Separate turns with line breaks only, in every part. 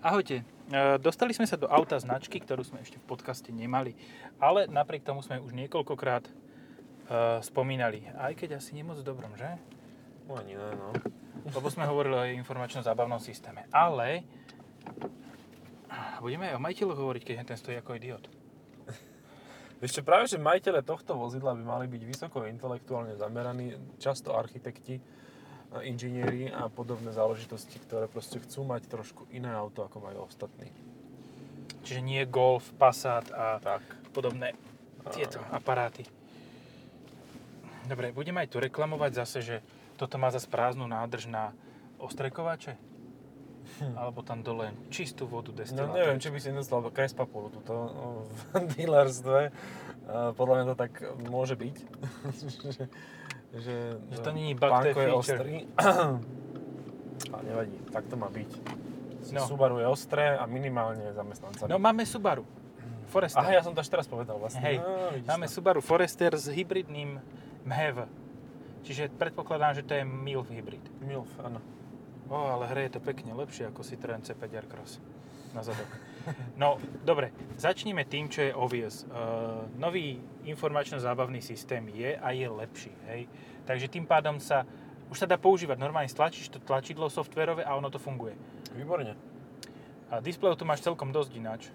Ahojte. E, Dostali sme sa do auta značky, ktorú sme ešte v podcaste nemali, ale napriek tomu sme ju už niekoľkokrát e, spomínali. Aj keď asi nemoc dobrom, že?
No ani ne, no.
Lebo sme hovorili o jej informačno-zábavnom systéme. Ale budeme aj o majiteľu hovoriť, keď ten stojí ako idiot.
Ešte práve, že majiteľe tohto vozidla by mali byť vysoko intelektuálne zameraní, často architekti, a inžinieri a podobné záležitosti, ktoré proste chcú mať trošku iné auto, ako majú ostatní.
Čiže nie Golf, Passat a
Tak.
podobné tieto aparáty. Dobre, budem aj tu reklamovať zase, že toto má zase prázdnu nádrž na ostrekovače? Alebo tam dole čistú vodu
Hm. No
destilátu?
neviem, či by si nedostal kres papulu tuto no, v dealerstve. A Podľa mňa to tak môže byť. že, že,
Že to není bug, to je
pánko je
feature.
ostrý. a nevadí, tak to má byť.
No.
No. Subaru je ostré a minimálne zamestnanca.
No máme Subaru. Forester.
Aha, ja som to až teraz povedal vlastne.
Hej,
no, vidíš
máme
to.
Subaru Forester s hybridným MHEV. Čiže predpokladám, že to je MILF hybrid.
Milf, áno.
O, ale hre je to pekne lepšie ako Citroen C5 Aircross na zadok. No, dobre, začnime tým, čo je obvious. Uh, nový informačno-zábavný systém je a je lepší, hej. Takže tým pádom sa, už sa dá používať, normálne stlačíš to tlačidlo softverové a ono to funguje.
Výborne.
A displejov tu máš celkom dosť ináč.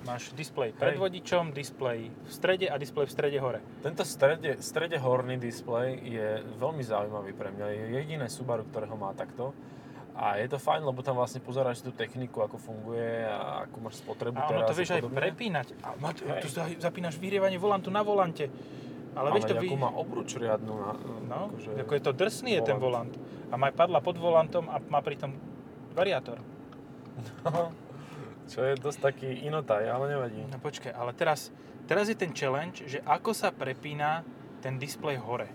Máš displej pred
Hej.
vodičom, displej v strede a displej v strede hore.
Tento strede, strede horný displej je veľmi zaujímavý pre mňa. Je jediné Subaru, ktorého má takto. A je to fajn, lebo tam vlastne pozeráš tú techniku, ako funguje a ako máš spotrebu
A ono
teraz
to vieš aj
podobne.
prepínať. A ma,
Hej.
tu za- zapínaš vyrievanie volantu na volante. Ale,
Ale
vieš to
ako
vy...
má obruč riadnu. Na,
No,
akože-
ako je to drsný je ten volant.
volant.
A má aj padla pod volantom a má pritom variátor.
Čo je dosť taký inotaj, ale nevadí.
No počkaj, ale teraz, teraz je ten challenge, že ako sa prepína ten displej hore.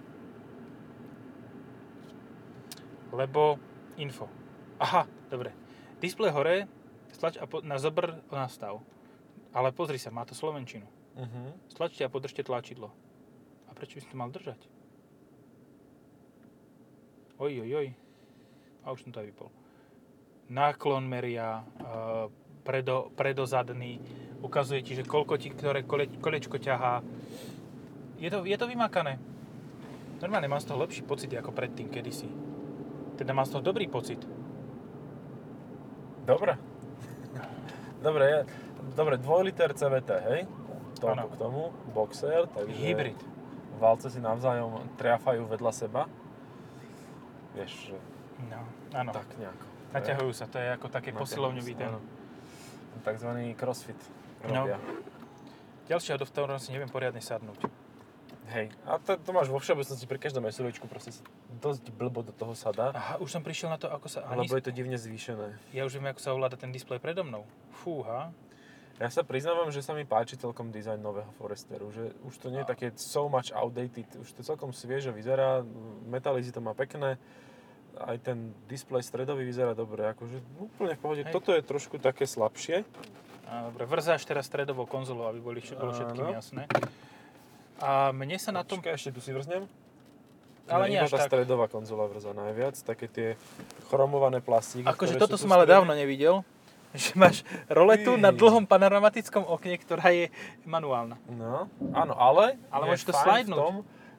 Lebo info. Aha, dobre. Displej hore, stlač a po, na zobr na stav. Ale pozri sa, má to Slovenčinu.
Mhm.
Stlačte a podržte tlačidlo. A prečo by som to mal držať? Oj, oj, oj. A už som to aj vypol. Náklon meria, eh, predo, predozadný, ukazuje ti, že koľko ti ktoré kole, kolečko ťahá. Je to, je to vymakané. Normálne mám z toho lepší pocit ako predtým, kedysi. Teda mám z toho dobrý pocit.
Dobre. Dobre, ja, dobre, 2 liter CVT, hej? Toľko
Áno.
k tomu. Boxer, takže...
Hybrid.
Válce si navzájom triafajú vedľa seba. Vieš, že
No, áno.
tak nejako.
Naťahujú sa, to je ako také
Naťahujú
posilovňový
sa,
ten.
áno. Takzvaný crossfit
No.
robia.
Ďalšia, do ktorom si neviem poriadne sadnúť.
Hej, a to, to máš vo všeobecnosti pri každom SUVčku, proste sa dosť blbo do toho sadá,
Aha, už som prišiel na to, ako sa... Ani...
lebo je to divne zvýšené.
Ja už viem, ako sa ovláda ten displej predo mnou. Fúha.
Ja sa priznávam, že sa mi páči celkom dizajn nového Foresteru, že už to nie je také so much outdated, už to celkom svieže vyzerá, metalizy to má pekné, aj ten displej stredový vyzerá dobre, akože úplne v pohode.
Hej.
Toto je trošku také slabšie,
A dobre, vrzáš teraz stredovou konzolou, aby boli, bolo všetkým
Áno.
jasné. A mne sa na tom...
Počkaj, ešte tu si vrznem.
Ale
No,
nie
iba
až
tá
tak.
stredová konzola vrza najviac, také tie chromované plastíky.
Akože
ktoré
toto
sú
som
tu v
ale
strede.
dávno nevidel, že máš roletu na
Ty.
dlhom panoramatickom okne, ktorá je manuálna.
No, áno, ale,
Ale
je
môžeš to
fajn
slajdnúť.
v tom,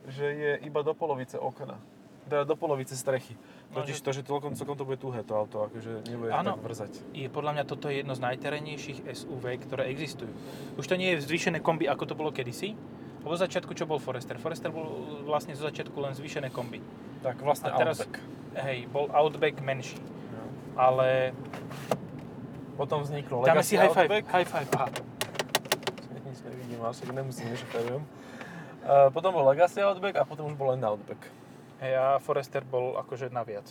že je iba do polovice okna. Teda do polovice strechy.
No, že-
Totiž to, že celkom, celkom to bude tuhé to auto, akože nebude
Áno.
tak vrzať.
Je podľa mňa toto je jedno z najterénnejších SUV, ktoré existujú. Už to nie je zvýšené kombi, ako to bolo kedysi. Lebo zo začiatku čo bol Forester? Forester bol vlastne zo začiatku len zvýšené kombi.
Tak
A
vlastne
teraz-
Outback.
Hej, bol Outback menší.
No.
Ale
Potom vzniklo
dáme si
Legacy
high five.
Outback.
High five, aha.
Nič nevidím, ale však nemusím, že šoferujem. Uh, potom bol Legacy Outback a potom už bol len Outback.
Hej, a Forester bol akože naviac.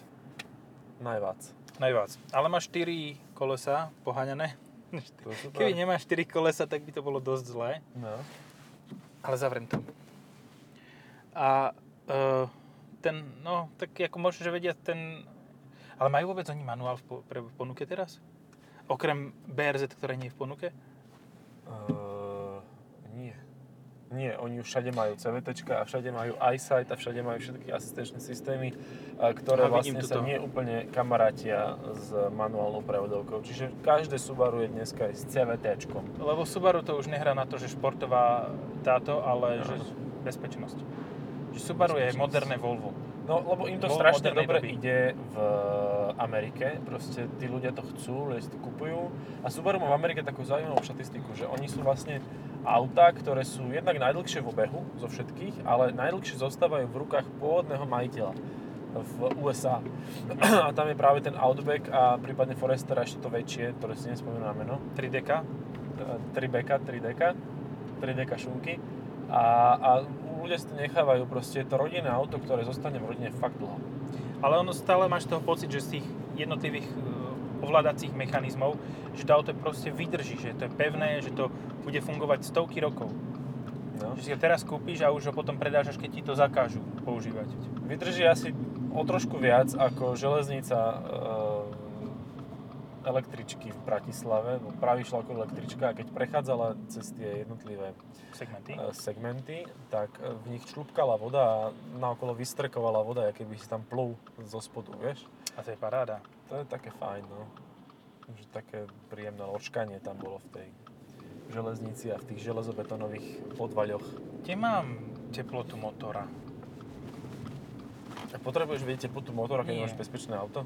Najvác.
Najviac. Ale má 4 kolesa poháňané.
To je super.
Keby nemáš 4 kolesa, tak by to bolo dosť zlé.
No.
Ale zavrem to. A e, ten, no, tak ako možno, že vedia ten... Ale majú vôbec oni manuál v, po, pre, v ponuke teraz? Okrem BRZ, ktoré nie je v ponuke?
Uh, nie. Nie, oni už všade majú CVT a všade majú iSight a všade majú všetky asistenčné systémy, a ktoré
A vidím
vlastne sa
tuto.
nie úplne kamarátia s manuálnou prevodovkou. Čiže každé Subaru je dneska aj s CVT.
Lebo Subaru to už nehrá na to, že športová táto, ale že
Áno.
bezpečnosť. Že Subaru je
Bezpečnosť.
moderné Volvo.
No, lebo im to
Bolo
strašne
modernej
dobre
doby.
ide v eh, Amerike, proste tí ľudia to chcú, ľudia si to kupujú. A Subaru má v Amerike takú zaujímavú štatistiku, že oni sú vlastne autá, ktoré sú jednak najdlhšie v obehu zo všetkých, ale najdlhšie zostávajú v rukách pôvodného majiteľa v USA. A tam je práve ten Outback a prípadne Forester a ešte to väčšie, ktoré si no. nespomínam na meno.
3DK.
3beka, 3dk, 3dk šunky a, a ľudia si to nechávajú, proste je to rodinné auto, ktoré zostane v rodine fakt dlho.
Ale ono stále máš toho pocit, že z tých jednotlivých e, ovládacích mechanizmov, že to auto proste vydrží, že to je pevné, že to bude fungovať stovky rokov.
No.
Že si ho teraz kúpiš a už ho potom predáš, až keď ti to zakážu používať.
Vydrží asi o trošku viac ako železnica e, električky v Bratislave, No, bo práve išla ako električka a keď prechádzala cez tie jednotlivé
Segmenty.
e, segmenty, tak e, v nich člupkala voda a naokolo vystrkovala voda, aké by si tam plul zo spodu, vieš.
A to je paráda.
To je také fajn, no. Že také príjemné ločkanie tam bolo v tej železnici a v tých železobetónových podvaľoch.
Kde mám teplotu motora?
A potrebuješ vedieť teplotu motora, keď
Nie.
máš bezpečné auto?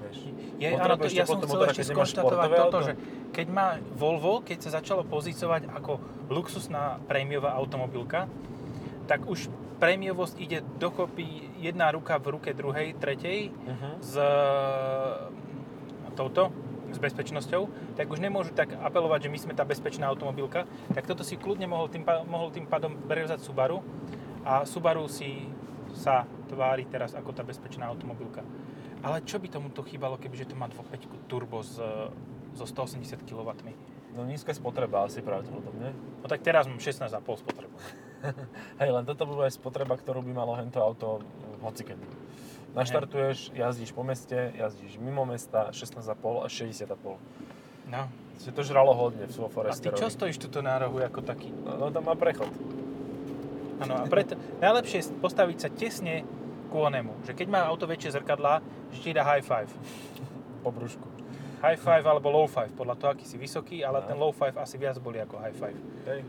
Vieš.
Je, áno, to,
Potrebuješ
ja som
teplotu
chcel
motora,
ešte
keď nemáš
skonštatovať
športové
toto,
auto?
že keď má Volvo, keď sa začalo pozícovať ako luxusná prémiová automobilka, tak už prémiovosť ide dokopy jedna ruka v ruke druhej, tretej
Uh-huh.
s e, touto, s bezpečnosťou, tak už nemôžu tak apelovať, že my sme tá bezpečná automobilka, tak toto si kľudne mohol tým, pa- mohol tým pádom brevzať Subaru a Subaru si sa tvári teraz ako tá bezpečná automobilka. Ale čo by tomuto chýbalo, kebyže to má 2.5 turbo s, so 180 kW?
No nízka spotreba asi pravdepodobne.
No tak teraz mám 16,5 spotrebu.
Hej, len toto bude aj spotreba, ktorú by malo hento auto mm, hocikedy. Naštartuješ, jazdíš po meste, jazdíš mimo mesta, 16,5 a 60,5.
No.
Čiže to žralo hodne v Suo
A ty
Foresterovi.
čo stojíš tuto na rohu ako taký?
No, no tam má prechod.
Áno, a preto najlepšie je postaviť sa tesne k onemu. Že keď má auto väčšie zrkadlá, že ti dá high five.
Po brúšku.
High five alebo low five, podľa toho, aký si vysoký, ale
No.
ten low five asi viac boli ako high five.
Hej.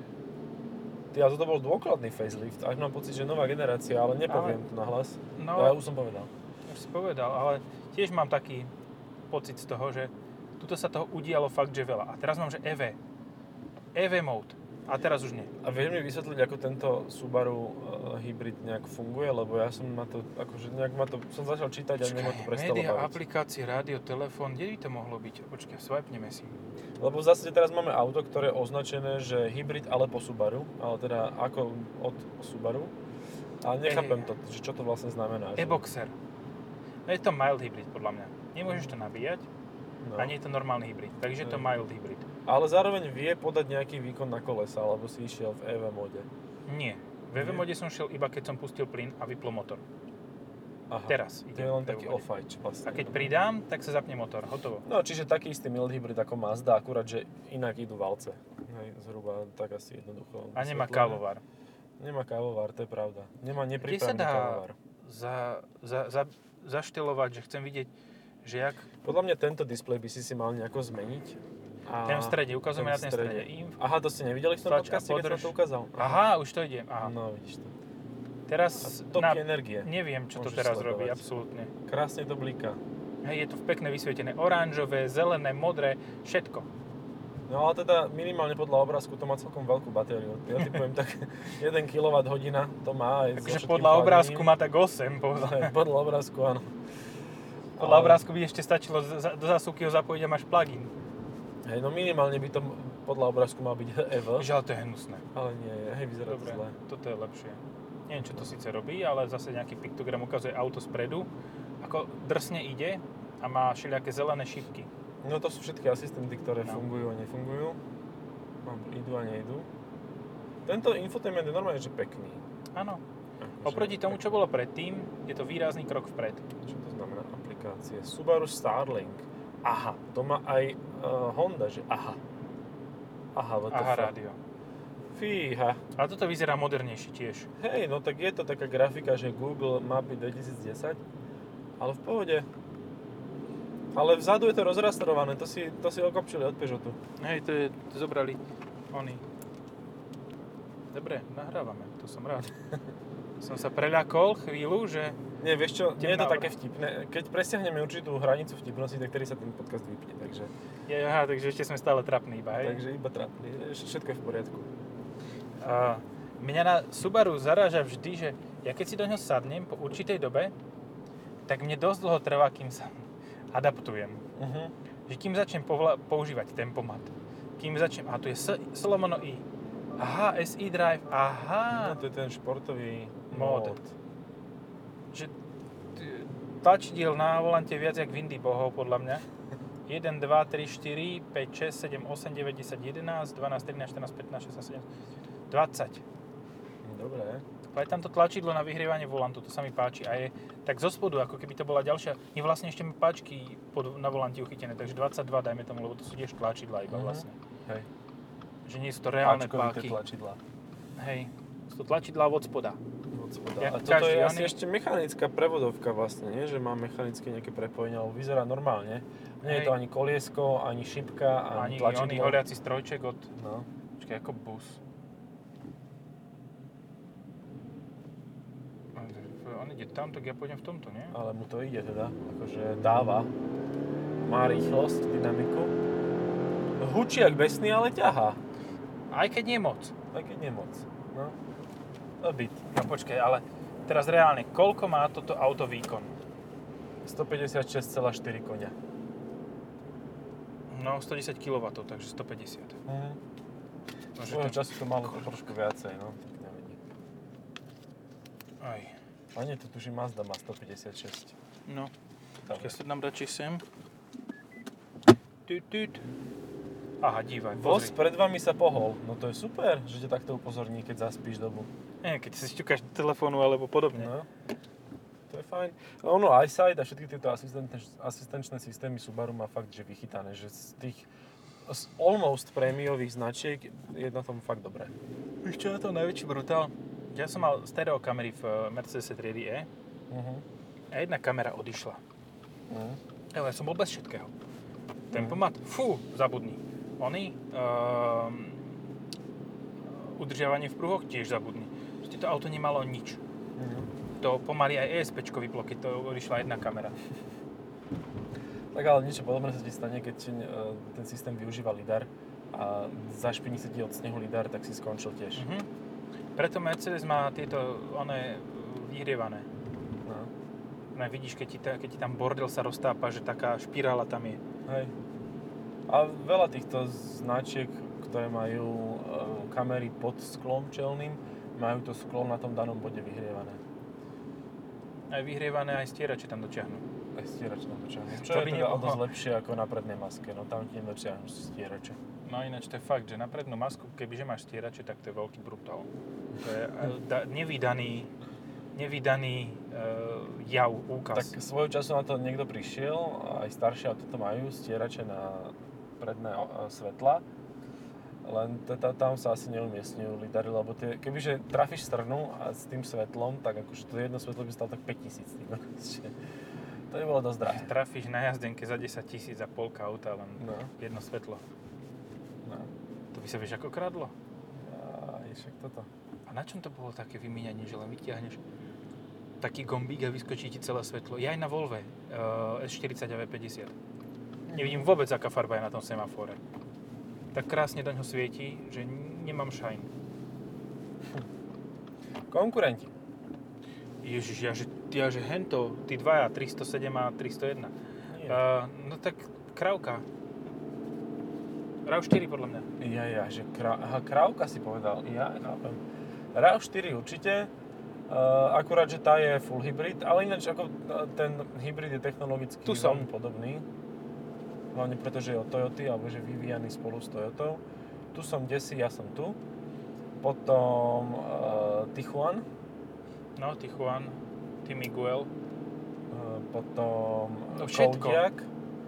Ty, ale toto bol dôkladný facelift, až mám pocit, že nová generácia, ale nepoviem to nahlas.
No,
No. Ja už som povedal.
už si povedal, ale tiež mám taký pocit z toho, že tuto sa toho udialo fakt, že veľa. A teraz mám, že E EV. EV mode. A teraz už nie.
A vieš mi vysvetliť, ako tento Subaru e, hybrid nejak funguje? Lebo ja som na to, akože nejak ma to, som začal čítať a mne ma to prestalo
média,
baviť.
aplikácie, rádio, telefón, kde by to mohlo byť? Počkaj, swipeneme si.
Lebo v zásade teraz máme auto, ktoré je označené, že hybrid, ale po Subaru. Ale teda ako od Subaru. A nechápem
Ej.
to, že čo to vlastne znamená. že-
E-boxer. No je to mild hybrid, podľa mňa. Nemôžeš to nabíjať
No.
a nie je to normálny hybrid. Takže je to
Hej.
mild hybrid.
Ale zároveň vie podať nejaký výkon na kolesa, lebo si išiel v EV mode.
Nie. V EV
Nie.
mode som šiel iba, keď som pustil plyn a vyplo motor.
Aha.
Teraz.
To
idem
je len
v EV
taký
mode.
off-white vlastne.
A keď pridám, tak sa zapne motor, hotovo.
No, čiže taký istý mild hybrid ako Mazda, akurát, že inak idú valce. Hej, zhruba tak asi jednoducho.
A nemá
vysvetlené.
kávovar.
Nemá kávovar, to je pravda. Nemá
sa
nepripravený
dá-
kávovar.
Za, za, za, zaštelovať, že chcem vidieť, že jak...
Podľa mňa tento displej by si si mal nejako zmeniť. A...
Ten v strede, ukazujeme na
ten v
ten
strede.
strede. Inf.
Aha, to ste nevideli v tom
Stač a
podcaste, keď
podrž.
som to ukázal?
Aha, už to ide. Aha.
No, vidíš to. A
Teraz
toky
na,
energie.
neviem, čo to
Môžeš
teraz
sledovať.
robí, absolútne.
Krásne to bliká.
Hej, je to pekne vysvietené. Oranžové, zelené, modré, všetko.
No ale teda minimálne podľa obrázku to má celkom veľkú batériu. Ja ti poviem tak, 1 kWh to má. aj so
Takže
všetkým
podľa
chladením.
obrázku má tak 8, povedzme.
Aj podľa obrázku, áno.
Podľa
Ale-
obrázku by ešte stačilo za- do zásuvky ho zapojiť a máš plugin.
Hej, no minimálne by to m- podľa obrázku mal byť EV,
Že ale to je hnusné.
ale nie, hej, vyzerá to
Dobre,
zle.
toto je lepšie. Neviem, čo to síce robí, ale zase nejaký piktogram ukazuje auto spredu, ako drsne ide a má všelijaké zelené šipky.
No to sú všetky asistenty, ktoré
No.
fungujú a nefungujú. No, idú a nejdú. Tento infotainment je normálne, že pekný.
Áno.
Akože
Oproti tomu, čo bolo predtým, je to výrazný krok vpred.
Čo to znamená aplikácie? Subaru Starlink. Aha, to má aj eh, Honda, že aha. Aha, what the
Aha,
fuck.
rádio.
Fíha.
Ale toto vyzerá modernejšie tiež.
Hej, no tak je to taká grafika, že Google mapy 2010, ale v pohode. Ale vzadu je to rozrastrované, to si, to si okopčili od Peugeotu.
Hej, to je, to zobrali oni. Dobre, nahrávame, to som rád. som sa preľakol chvíľu, že...
Nie, vieš čo, nie je
Temná
to
obr-
také vtipné. Keď presiahneme určitú hranicu vtipnosti, tak tedy sa ten podcast vypne, takže,
Ja, aha, takže ešte sme stále trapní iba, hej?
takže iba trápne, všetko je v poriadku.
A mňa na Subaru zaráža vždy, že ja keď si do ňoho sadnem po určitej dobe, tak mne dosť dlho trvá, kým sa adaptujem.
Uh-huh.
Že kým začnem povla- používať tempomat, kým začnem, a tu je S- Solomon I, aha, SI Drive,
No,
aha,
to je ten športový
Mód.
mód.
že t- tlačidiel na volante viac jak v Indii bohov, podľa mňa. 1, 2, 3, 4, 5, 6, 7, 8, 9, 10, 11, 12, 13, 14, 15, 16, 17, 20.
Dobre.
Ale tam to tlačidlo na vyhrievanie volantu, to sa mi páči. A je tak zo spodu, ako keby to bola ďalšia... Je vlastne ešte páčky pod, na volante uchytené, takže 22 dajme tomu, lebo to sú tiež tlačidla iba
Mhm.
vlastne.
Hej.
Že nie sú to reálne páky.
Páčkovité tlačidlá.
Hej. Sú to tlačidla od spoda.
Od spoda.
Jak
A toto
každý
je asi
oný.
ešte mechanická prevodovka vlastne, nie? že má mechanické nejaké prepojenie, ale vyzerá normálne.
Hej.
Nie je to ani koliesko, ani šipka, ani,
Ani oný
tlačidlo.
horiaci strojček od...
No.
Počkaj, ako bus. On ide tam, tak ja pôjdem v tomto, nie?
Ale mu to ide teda, akože dáva. Má rýchlosť, dynamiku. Hučí jak besný, ale ťahá.
Aj keď nie moc.
Aj keď nie moc. No. A byt.
No počkaj, ale teraz reálne, koľko má toto auto výkon?
156,4 konia.
No, 110 kW, takže 150.
Mhm.
No, že
Svojho
to-
času to malo to trošku viacej, no. tak nevadí.
Aj.
A nie, to tuším Mazda má 156.
No,
Dobre.
keď sa dám radšej sem. Tut, tut. Aha, dívaj,
Voz
pozri.
pred vami sa pohol. No to je super, že ťa takto upozorní, keď zaspíš dobu.
Nie, keď si šťukáš do telefónu alebo podobne.
No. To je fajn. A Ono, iSight a všetky tieto asistenčné, asistenčné systémy Subaru má fakt, že vychytané, že z tých z almost prémiových značiek je na tom fakt dobré.
Víš čo je to najväčší brutál? Ja som mal stereo kamery v eh, Mercedes triedy E
Uh-huh.
a jedna kamera odišla.
Uh-huh.
Ja len som bol bez všetkého. Tempomat, fú, zabudni. Oni, ehm, udržiavanie v pruhoch tiež zabudni. Proste to auto nemalo nič. To pomaly aj ESP vyplo, keď to odišla jedna kamera.
Tak ale niečo podobné sa ti stane, keď ti, e, ten systém využíva lidar a zašpiní sa ti od snehu lidar, tak si skončil tiež.
Mhm. Preto Mercedes má tieto, one e, vyhrievané.
No.
No, vidíš, keď ti, ta, keď ti tam bordel sa roztápa, že taká špirála tam je.
Hej. A veľa týchto značiek, ktoré majú e, kamery pod sklom čelným, majú to sklo na tom danom bode vyhrievané.
Aj vyhrievané, aj stierače tam dočiahnu.
Aj stierač tam dočiahnu.
To
Čo
by
je teda o
nebolo.
dosť lepšie ako na prednej maske, no tam ti nedočiahnu stierače.
No a ináč to je fakt, že na prednú masku, kebyže máš stierače, tak to je veľký brutál. To je e, da, nevydaný, nevydaný uh, jav,
Tak
úkaz. Tak.
svojho času na to niekto prišiel, aj staršie auto to majú, stierače na predné o- e, svetla, len teda tam sa asi neumiestňujú lidary, lebo tie, kebyže trafíš strnu a s tým svetlom, tak akože to jedno svetlo by stalo tak 5000. tým. Čiže to by bolo dosť drahé.
Trafíš na jazdenke za 10 tisíc a polka auta, len
No,
jedno svetlo.
no.
To by sa vieš ako kradlo.
Aj, však toto.
A na čom to bolo také vymieňanie, že len vytiahneš taký gombík a vyskočí ti celé svetlo? Ja aj na Volve uh, S40 a V50. Nevidím vôbec, aká farba je na tom semafore. Tak krásne do ňoho svieti, že n- nemám šajn.
Konkurenti.
Ježiš, ja že, ja, že hento, tí dvaja, 307 a 301.
Nie.
Uh, no tak Krauka. RAV4 podľa mňa.
Ja, ja, že krá... Aha, krávka si povedal. Ja, chápem. RAV4 určite, Uh, akurát, že tá je full hybrid, ale ináč ako eh, ten hybrid je technologicky
Tu som.
veľmi podobný. Hlavne preto, že je od Toyoty, alebo že je vyvíjaný spolu s Toyotou. Tu som desi, ja som tu. Potom uh, Tichuan,
No, Tichuan, Ty Miguel.
uh, potom
To No
eh,
všetko.
Kodiaq,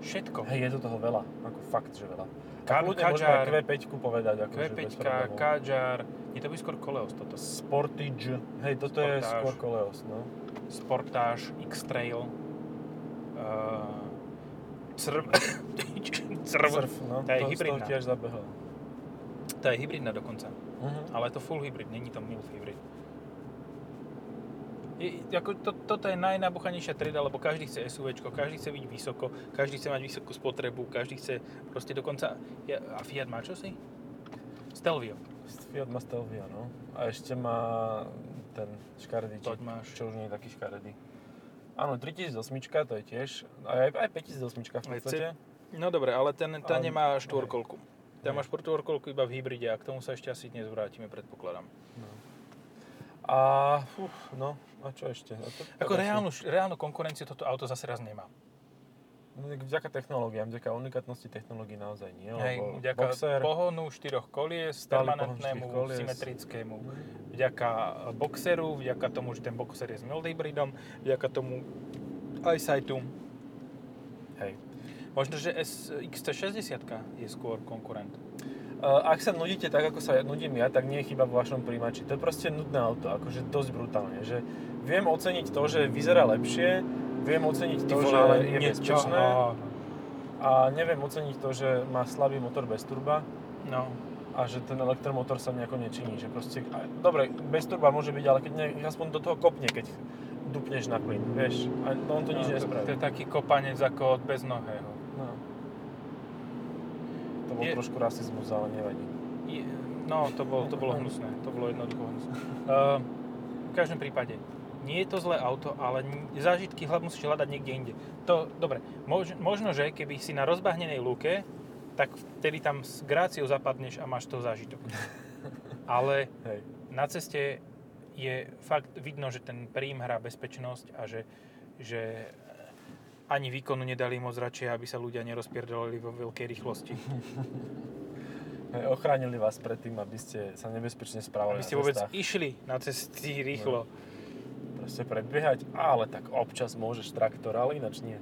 Všetko.
Hej, je to toho veľa, ako fakt, že veľa.
Ka-
Ka- Kľudne môžeme aj
Kadžar,
Q5 povedať. Ako že bez
Q5,
problémov.
Kadžar, je to by skôr Koleos toto.
Sportage. Hej, toto je
Sportage.
skôr Koleos, no.
Sportage, X-Trail, uh, Crv... Crv...
Surf, no.
to je
to, z toho
hybridná.
tiež zabehol.
To je hybridná dokonca.
Mhm.
Ale je to full hybrid, není to mild hybrid. Je, ako to, toto je najnabuchanejšia trieda, lebo každý chce SUV, každý chce byť vysoko, každý chce mať vysokú spotrebu, každý chce proste dokonca... Ja, a Fiat má čosi? Stelvio.
Fiat má Stelvio, no. A ešte má ten škaredý
Toť
čip,
máš.
čo už nie je taký škaredý. Áno, 3008, to je tiež, aj, aj 5008 v
Aj
podstate.
No dobre, ale ten, ten
Ale-
nemá štvorkolku. Ten
Hej.
má štvorkolku iba v hybride a k tomu sa ešte asi dnes vrátime, predpokladám.
No. A uf, no, a čo ešte? A to,
Ako
tak asi-
reálnu, reálnu konkurenciu toto auto zase raz nemá.
No, tak vďaka technológiám, vďaka unikátnosti technológií naozaj nie,
Hej,
lebo
vďaka
Boxer...
pohonu štyroch kolies,
Stály pohon
permanentnému,
štyroch kolies.
symetrickému. Vďaka boxeru, vďaka tomu, že ten boxer je s mild hybridom, vďaka tomu eyesightu.
Hej.
Možno, že S- XT60 je skôr konkurent.
Uh, ak sa nudíte tak, ako sa nudím ja, tak nie je chyba vo vašom príjimači. To je proste nudné auto, akože dosť brutálne. Že viem oceniť to, že vyzerá lepšie, viem oceniť to, že je bezpečné a neviem oceniť to, že má slabý motor bez turba
No,
a že ten elektromotor sa nejako nečiní. Že proste, a- dobre, bez turba môže byť, ale keď ne, aspoň do toho kopne, keď dupneš na plyn, vieš. A on to nič
no, to, to
nespraví.
je taký kopanec ako od beznohého.
No. To bol
Je-
trošku rasizmus, ale nevadí.
Je- No, to bolo, to bolo hnusné. To bolo jednoducho hnusné. Uh, v každom prípade, nie je to zlé auto, ale n- zážitky hľad musíš hľadať niekde inde. To, dobre, mož, možno, že keby si na rozbahnenej lúke, tak vtedy tam s gráciou zapadneš a máš to zážitok. Ale
Hej.
na ceste je fakt vidno, že ten príjm hrá bezpečnosť a že, že eh, ani výkonu nedali moc radšej, aby sa ľudia nerozpierdelali vo veľkej rýchlosti.
Hej, Ochránili vás pred tým, aby ste sa nebezpečne správali
Aby ste
na
vôbec
cestách.
išli na cesty rýchlo.
Proste predbiehať, ale tak občas môžeš traktor, ale ináč nie.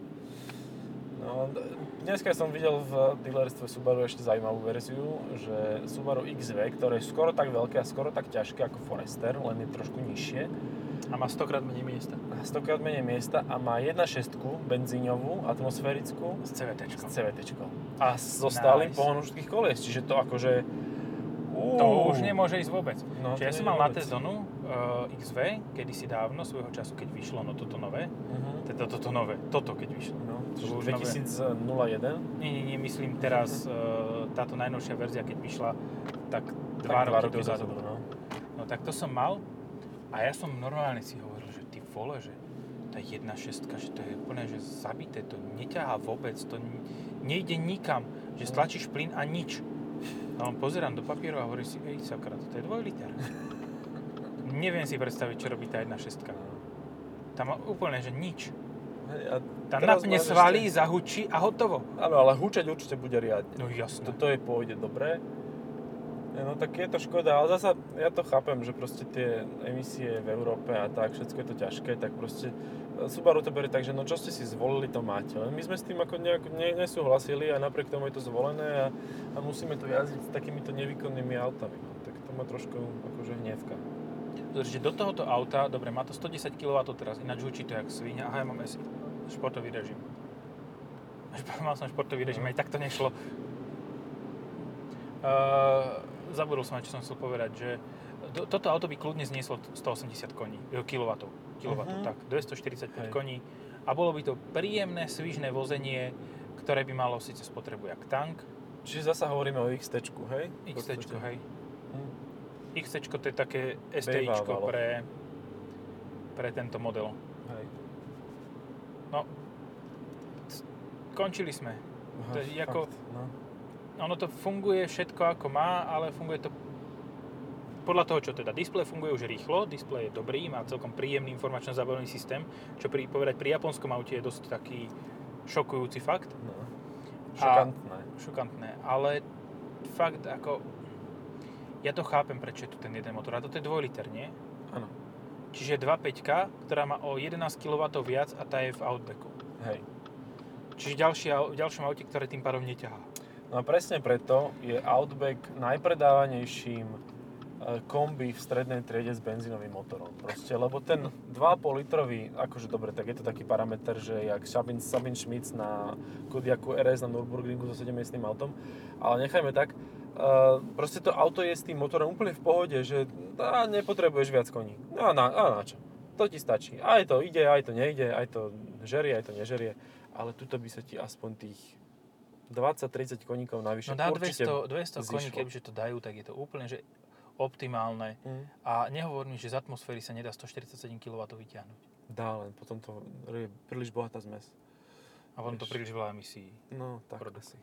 No, d- dneska som videl v dealerstve Subaru ešte zaujímavú verziu, že Subaru XV, ktoré je skoro tak veľké a skoro tak ťažké ako Forester, len je trošku nižšie,
A má 100 krát menej miesta.
má 100 krát menej miesta a má 1.6 benzíňovú, atmosférickú,
S CVT.
s CVT. A so stálym
Nice.
pohonom všetkých kolies, čiže to akože...
To
Uú.
už nemôže ísť vôbec.
No,
Čiže ja
to
som
nie
mal na
vôbec.
Tezonu uh, XV, kedysi dávno, svojho času, keď vyšlo, no toto nové,
Mhm.
teda toto nové, toto keď vyšlo.
No,
čiže
2001.
Nie, nie, nie, myslím teraz uh, táto najnovšia verzia, keď vyšla, tak
tak
dva roky, dozadu.
no.
No tak to som mal a ja som normálne si hovoril, že ty vole, že tá 1.6, že to je úplne že zabité, to neťahá vôbec, to n- nejde nikam, že
No.
stlačíš plyn a nič. A on pozerám do papieru a hovorím si, ej sakra, to je dvojliter. Neviem si predstaviť, čo robí tá 1.6. Tam má úplne, že nič.
Hej, A
Tam
teraz
napne
máš
svalí,
ešte-
zahučí a hotovo.
Áno, ale hučať určite bude riadne.
No jasné.
Toto je pôjde dobre. E, No tak je to škoda, ale zasa ja to chápem, že proste tie emisie v Európe a tak, všetko je to ťažké, tak proste e, Subaru to berie tak, že no čo ste si zvolili, to máte. Len my sme s tým ako nejak ne, nesúhlasili a napriek tomu je to zvolené a, a musíme tu jazdiť s takýmito nevýkonnými autami. No, tak to ma trošku akože hnievka.
Pretože do tohoto auta, dobre, má to 110 kW teraz, ináč hučí to jak svinia. Aha, ja mám asi športový režim. Až Mal som športový režim, aj tak to nešlo. Uh, zabudol som aj, čo som chcel povedať, že to, toto auto by kľudne znieslo 180 koní, eh, kilovatov, kilovatov,
Mhm.
tak, 245
Hej.
koní a bolo by to príjemné, svižné vozenie, ktoré by malo síce spotrebu jak tank,
Čiže zasa hovoríme o XT, hej? V
XT,
podstate.
hej.
Hm.
XT to je také STI
Bejvávalo.
pre, pre tento model.
Hej.
No, c- končili sme.
Aha,
To je ako-
fakt, no.
Ono to funguje všetko ako má, ale funguje to podľa toho, čo teda displej funguje už rýchlo, displej je dobrý, má celkom príjemný informačno zábavný systém, čo pri, povedať pri japonskom aute je dosť taký šokujúci fakt,
no.
A-
Šokantné.
šokantné, ale fakt ako, ja to chápem, prečo je tu ten jeden motor, a toto je dvojliter, nie?
Áno.
Čiže 2.5, ktorá má o 11 kW viac a tá je v Outbacku.
Hej.
Čiže ďalšie, au- v ďalšom aute, ktoré tým pádom neťahá.
No a presne preto je Outback najpredávanejším e, kombi v strednej triede s benzínovým motorom. Proste, lebo ten 2,5 litrový, akože dobre, tak je to taký parameter, že jak Sabin, Sabin Schmitz na Kodiaku RS na Nürburgringu so 7 miestnym autom, ale nechajme tak, Uh, proste to auto je s tým motorom úplne v pohode, že a nepotrebuješ viac koní. No a na, a na čo? To ti stačí. Aj to ide, aj to nejde, aj to žerie, aj to nežerie. Ale tuto by sa ti aspoň tých 20-30 koníkov navyše
No na
určite...
200, 200 koní,
zišlo.
keďže to dajú, tak je to úplne že optimálne.
Mm.
A nehovorím, že z atmosféry sa nedá 147 kW vyťahnuť.
Dá len, potom to je príliš bohatá zmes.
A potom to
Vieš.
príliš veľa emisí.
No, tak
Produkt.
asi.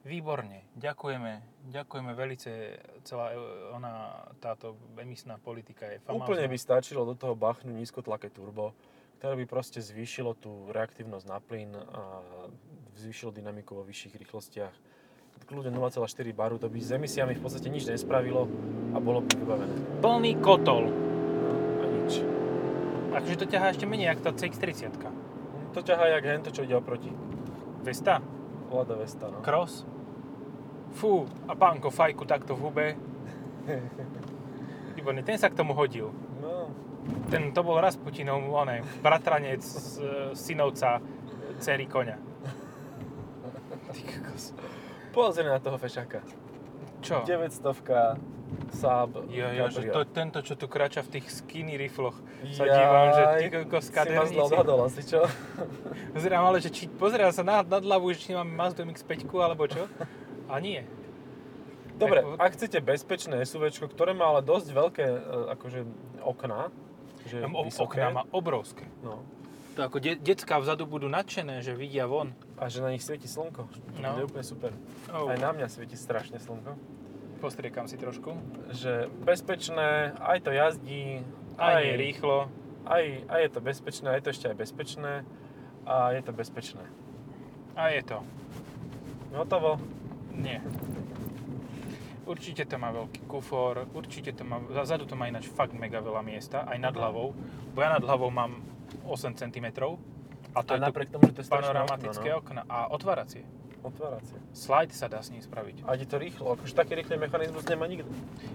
Výborne, ďakujeme, ďakujeme velice, celá e- ona, táto emisná politika je famózna.
Úplne by stačilo do toho bachnu nízkotlaké turbo, ktoré by proste zvýšilo tú reaktívnosť na plyn a zvýšilo dynamiku vo vyšších rýchlostiach. Kľudne 0,4 baru, to by s emisiami v podstate nič nespravilo a bolo by vybavené.
Plný kotol,
A nič.
akože to ťahá ešte menej, ako tá CX-30.
To ťahá jak hen to, čo ide oproti.
Vesta,
Lada Vesta, no.
cross, fú, a pánko fajku takto v hube. Výborne, ten sa k tomu hodil.
no.
Ten, to bol Rasputinov oné, bratranec z, e, synovca cery konia. Ty kokos.
Pozri na toho fešaka.
Čo?
900 Saab
Jo, jo, že
Cabrio.
to, tento, čo tu kráča v tých skinny rifloch, sa dívam, že ty kokos
si ma zle
kadernici.
odhadol asi, čo?
Pozerám, ale že či, pozerám sa na, na hlavu, že či máme Mazda MX-5 alebo čo? A nie.
Dobre,
Tak-
ak chcete bezpečné SUV, ktoré má ale dosť veľké e, akože, okná, že
Tam o,
vysoké,
okná má obrovské.
no,
To ako de, decka vzadu budú nadšené, že vidia von.
a že na nich svieti slnko, to
No.
no. je úplne super.
Oh,
Aj na mňa svieti strašne slnko.
Postriekam si trošku.
Že bezpečné, aj to jazdí,
Aj, nie rýchlo.
aj, aj je to bezpečné, aj je to ešte aj bezpečné a je to bezpečné.
A je to.
Hotovo.
Nie. Určite to má veľký kufor, určite to má, zadu to má ináč fakt mega veľa miesta, aj nad
Mhm.
hlavou, bo ja nad hlavou mám 8 cm a to je
A napriek
to
tomu, že to je strašné
panoramatické okna
okno,
a otváracie.
no. Otváracie.
Slide sa dá s ním spraviť.
A ide to rýchlo, akože taký rýchly mechanizmus nemá nikto.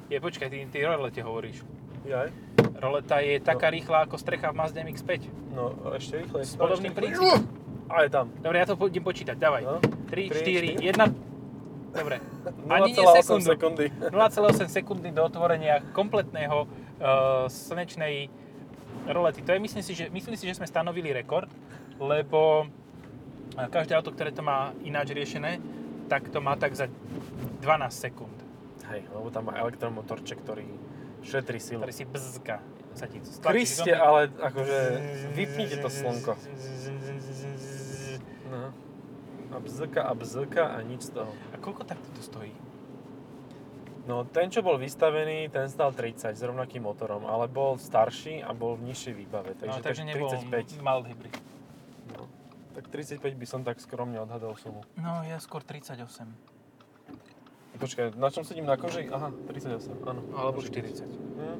Je, počkaj, ty, ty rolete hovoríš.
Jaj.
Roleta je taká rýchla ako strecha v Mazda MX-5.
No, ešte
S
rýchlejšie.
podobným
No, ešte rýchlejšie.
princípom.
A je tam.
Dobre, ja to budem počítať, dávaj.
No.
3,
Tri,
4,
štyri.
1... Dobre. Ani nie
0,8
sekundu.
sekundy.
0,8 sekundy do otvorenia kompletného uh, slnečnej rolety. To je, myslím si, že, myslím si, že sme stanovili rekord, lebo eh, každé auto, ktoré to má ináč riešené, tak to má tak za 12 sekúnd,
Hej, lebo tam má elektromotorček, ktorý šetrí silu.
ktorý si bzzka. Sa ti stlačí
Kriste,
do-
ale akože vypnite to slnko. No. A bzka a bzka a nič z toho.
A koľko takto to stojí?
No ten, čo bol vystavený, ten stal 30 s rovnakým motorom, ale bol starší a bol v nižšej výbave, takže,
no, takže
tak
nebol
35.
mild hybrid.
No. Tak 35 by som tak skromne odhadol sumu.
No, ja skôr 38.
Počkaj, na čom sedím na koži? Aha, 38, áno.
Alebo
Môže byť.
40.
Hm.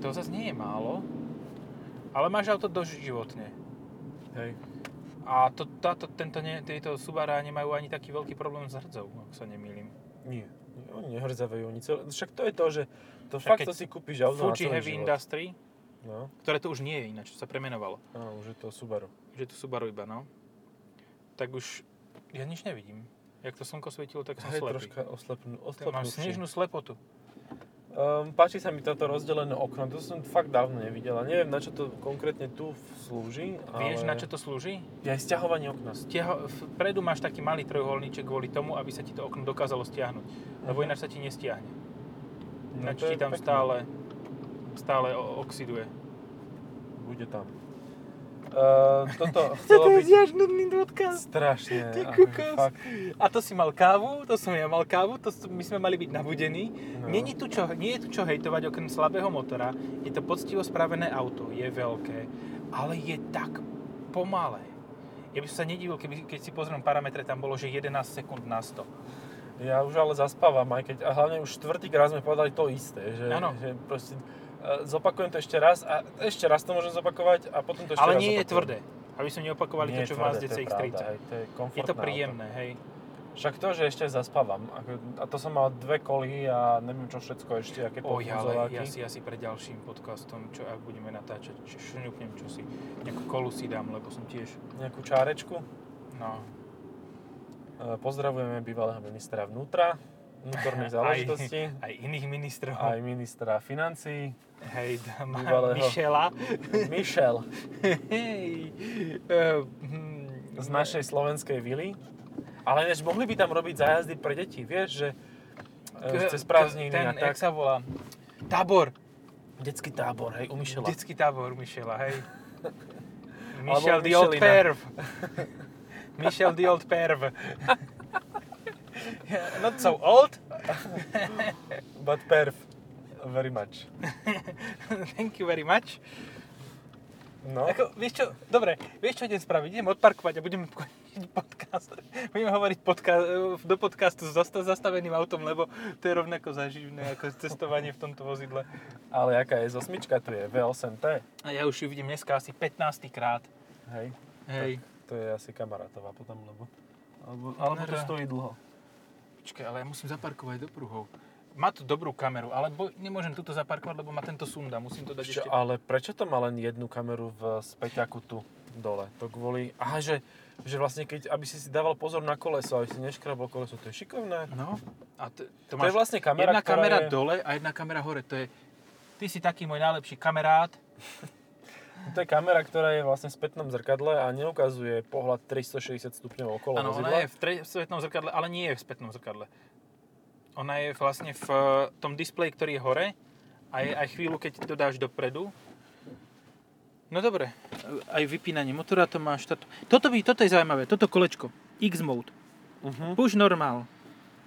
To zase nie je málo, ale máš auto doživotne.
Hej.
A to, táto, tento, ne, tieto Subaru nemajú ani taký veľký problém s hrdzou, ak sa nemýlim.
Nie. nie, Oni nehrdzavajú, oni celé... Však to je to, že to
Však
fakt
keď
to si kúpiš
Fuji
auto na celý
Heavy
život.
Industry,
No,
ktoré to už nie je ináč, to sa premenovalo.
áno, už je to Subaru.
Že to Subaru iba, no. Tak už ja nič nevidím. Jak to slnko svietilo, tak som
Hej,
slepý.
troška oslepnú,
Ja Mám snežnú slepotu.
Um, páči sa mi toto rozdelené okno, to som fakt dávno nevidela. Neviem, na čo to konkrétne tu v- slúži, ale...
Vieš, na čo to slúži?
Je aj stiahovanie okna.
Stiaho, vpredu máš taký malý trojuholníček kvôli tomu, aby sa ti to okno dokázalo stiahnuť. Lebo
Mhm.
ináč sa ti nestiahne.
No,
Ináč
to
ti
je
tam
pekné.
stále, stále o- oxiduje.
Bude tam. Uh, toto chcelo byť
až nudný podcast.
strašne.
Ty
akože
kokos.
fakt,
A to si mal kávu, to som ja mal kávu, to som- my sme mali byť nabudení.
no.
Není tu čo, nie je tu čo hejtovať okrem slabého motora. Je to poctivo spravené auto, je veľké, ale je tak pomalé. Ja by som sa nedivil, keby, keď si pozriem parametre, tam bolo, že 11 sekúnd na 100.
Ja už ale zaspávam, aj keď, a hlavne už štvrtý raz sme povedali to isté, že,
Áno.
že proste, e, zopakujem to ešte raz a ešte raz to môžem zopakovať a potom to ešte
ale
raz
nie je
zopakujem.
tvrdé. Aby sme neopakovali
Nie
to, čo
je
v
tvrdé,
Mazde
to je
CX-30.
pravda, hej, to je,
je to
komfortné
príjemné, hej.
Auto. Však to, že ešte aj zaspávam. Ako, a to som mal dve kolhy a neviem čo všetko ešte, aké
Oj, ale
podvozovky.
ja si asi pre ďalším podcastom, čo ak budeme natáčať, š- šňupnem čo si, nejakú kolu si dám, lebo som tiež,
Nejakú čárečku.
no,
E, Pozdravujeme bývalého ministra vnútra, vnútorných záležitostí,
aj iných ministrov,
aj ministra financií,
hej, dám
bývalého.
Michela,
Michel
hej, eh, hm,
z našej slovenskej vily. Ale než mohli by tam robiť zájazdy pre deti, vieš, že e,
K-
cez prázdniny
ten,
a tak.
jak sa volá, tábor,
Detský tábor, hej, u Michela.
detský tábor Michela, hej.
Alebo
Michel the old
Michelina.
perv. Michel the old perv. Not so old.
But perf. Very much.
Thank you very much.
No,
Ako, vieš čo, dobre, vieš čo idem spraviť? Idem odparkovať a budeme končiť podcast. Budeme hovoriť podka- e, do podcastu s zasta- zastaveným autom, lebo to je rovnako zaživné ako cestovanie v tomto vozidle.
ale jaká je zosmička tu je? V8T.
A ja už ju vidím dneska asi 15 krát.
Hej,
Hej.
to je asi kamarátová potom, lebo... Alebo, alebo to
Kamera.
stojí dlho.
Počkaj, ale ja musím zaparkovať do pruhov. Má to dobrú kameru, ale bo- nemôžem tuto zaparkovať, lebo má tento sunda. Musím to dať
Čo,
ešte...
ale prečo to má len jednu kameru v späťaku tu dole? To kvôli... Aha, že, že vlastne keď, aby si si dával pozor na koleso, aby si neškrabol koleso, to je šikovné.
No, a to, to
To je
máš...
vlastne kamera,
jedna
ktorá
kamera
je,
dole a jedna kamera hore. To je... Ty si taký môj najlepší kamarát.
To je kamera, ktorá je vlastne v spätnom zrkadle a neukazuje pohľad 360 stupňov okolo
Áno,
vozidla.
ona je v tre- v spätnom zrkadle, ale nie je v spätnom zrkadle. Ona je vlastne v e, tom displeji, ktorý je hore a je aj chvíľu, keď to dáš dopredu. No dobre, aj vypínanie motora to máš. Táto. Toto, by, toto je zaujímavé, toto kolečko, X-mode.
Uh-huh.
Push normal.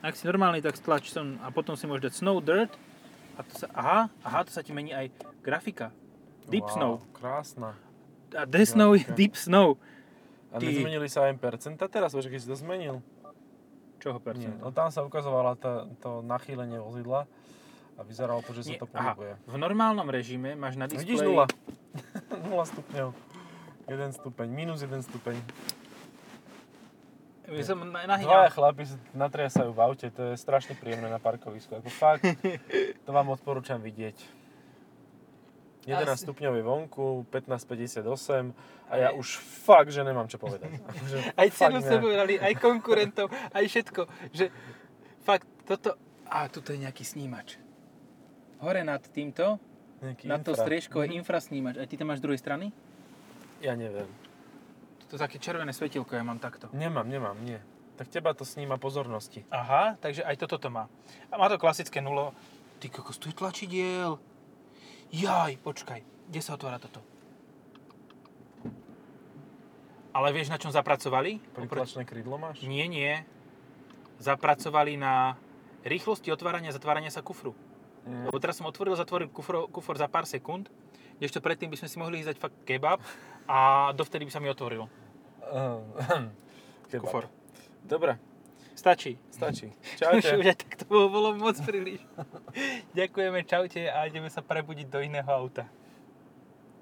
Ak si normálny, tak stlač som a potom si môžeš dať snow, dirt. A to sa, aha, aha, to sa ti mení aj grafika. Deep snow.
Krásna.
A death snow je
Grafika.
deep snow.
A
Ty-
nezmenili sa aj percenta teraz, že keď si to zmenil?
Čoho
Nie,
percent?
no tam sa ukazovala tá, to nachýlenie vozidla a vyzeralo to, že sa
Nie, aha.
to pohybuje. No
V normálnom režime máš na displeji...
Vidíš nula. 0 stupňov. 1 stupeň, minus 1 stupeň.
Ja som na-
Dvaja
nahýňal.
chlapi sa natriasajú v aute, to je strašne príjemné na parkovisku. Ako fakt, to vám odporúčam vidieť. 11
Asi.
stupňov je vonku, 15,58 a ja
Aj.
už fakt, že nemám čo povedať. Akože
Aj
fakt
cenu sa
ne.
povedali, aj konkurentov, aj všetko. Že fakt toto... A tuto je nejaký snímač. Hore nad týmto,
Nejaký
nad tou
infra.
striežkou je infrasnímač. A ty tam máš z druhej strany?
Ja neviem.
Toto také červené svetielko ja mám takto.
Nemám, nemám, nie. Tak teba to sníma pozornosti.
Aha, takže aj toto to má. A má to klasické nulo. Ty kokos, tu je tlačidiel. Jaj, počkaj, kde sa otvára toto? Ale vieš, na čom zapracovali? Oproti-
Pritlačné krídlo máš?
Nie, nie. Zapracovali na rýchlosti otvárania a zatvárania sa kufru.
Mm.
Lebo teraz som otvoril, zatvoril kufor, kufor za pár sekúnd, kdežto predtým by sme si mohli ísť dať fakt kebab a dovtedy by sa mi otvoril
Ehm, Kebab.
kufor.
Dobre,
Stačí.
stačí.
Už, už
Čaute.
aj tak to bolo moc príliš. Ďakujeme, čaute a ideme sa prebudiť do iného auta.